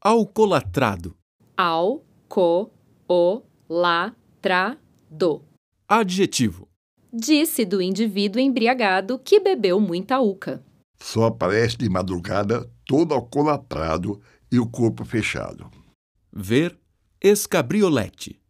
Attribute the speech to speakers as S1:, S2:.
S1: Alcolatrado.
S2: Ao, co, o, la, tra, do.
S1: Adjetivo.
S2: Disse do indivíduo embriagado que bebeu muita uca.
S3: Só aparece de madrugada todo alcolatrado e o corpo fechado.
S1: Ver escabriolete.